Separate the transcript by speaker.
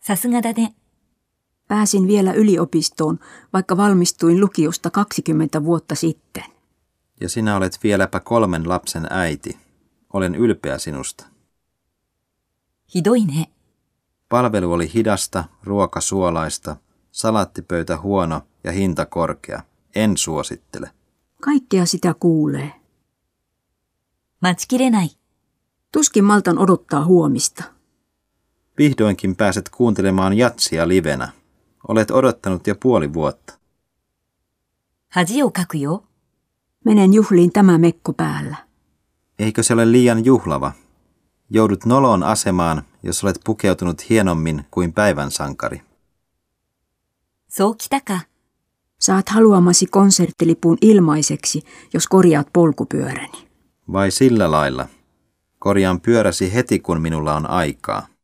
Speaker 1: さすがだね。
Speaker 2: Pääsin vielä yliopistoon, vaikka valmistuin lukiosta 20 vuotta sitten.
Speaker 3: Ja sinä olet vieläpä kolmen lapsen äiti. Olen ylpeä sinusta.
Speaker 1: ひどいね。
Speaker 3: Palvelu oli hidasta, ruoka suolaista, salattipöytä huono ja hinta korkea. En suosittele.
Speaker 2: Kaikkea sitä kuulee.
Speaker 1: 待ちきれない。
Speaker 2: Tuskin maltan odottaa huomista.
Speaker 3: Vihdoinkin pääset kuuntelemaan jatsia livenä. Olet odottanut jo puoli vuotta.
Speaker 1: 恥をかくよ。
Speaker 2: Menen juhliin tämä mekko päällä.
Speaker 3: Eikö se ole liian juhlava? Joudut noloon asemaan, jos olet pukeutunut hienommin kuin päivän sankari.
Speaker 1: そうきたか。
Speaker 2: Saat haluamasi konserttilipun ilmaiseksi, jos korjaat polkupyöräni.
Speaker 3: Vai sillä lailla? Korjaan pyöräsi heti, kun minulla on aikaa.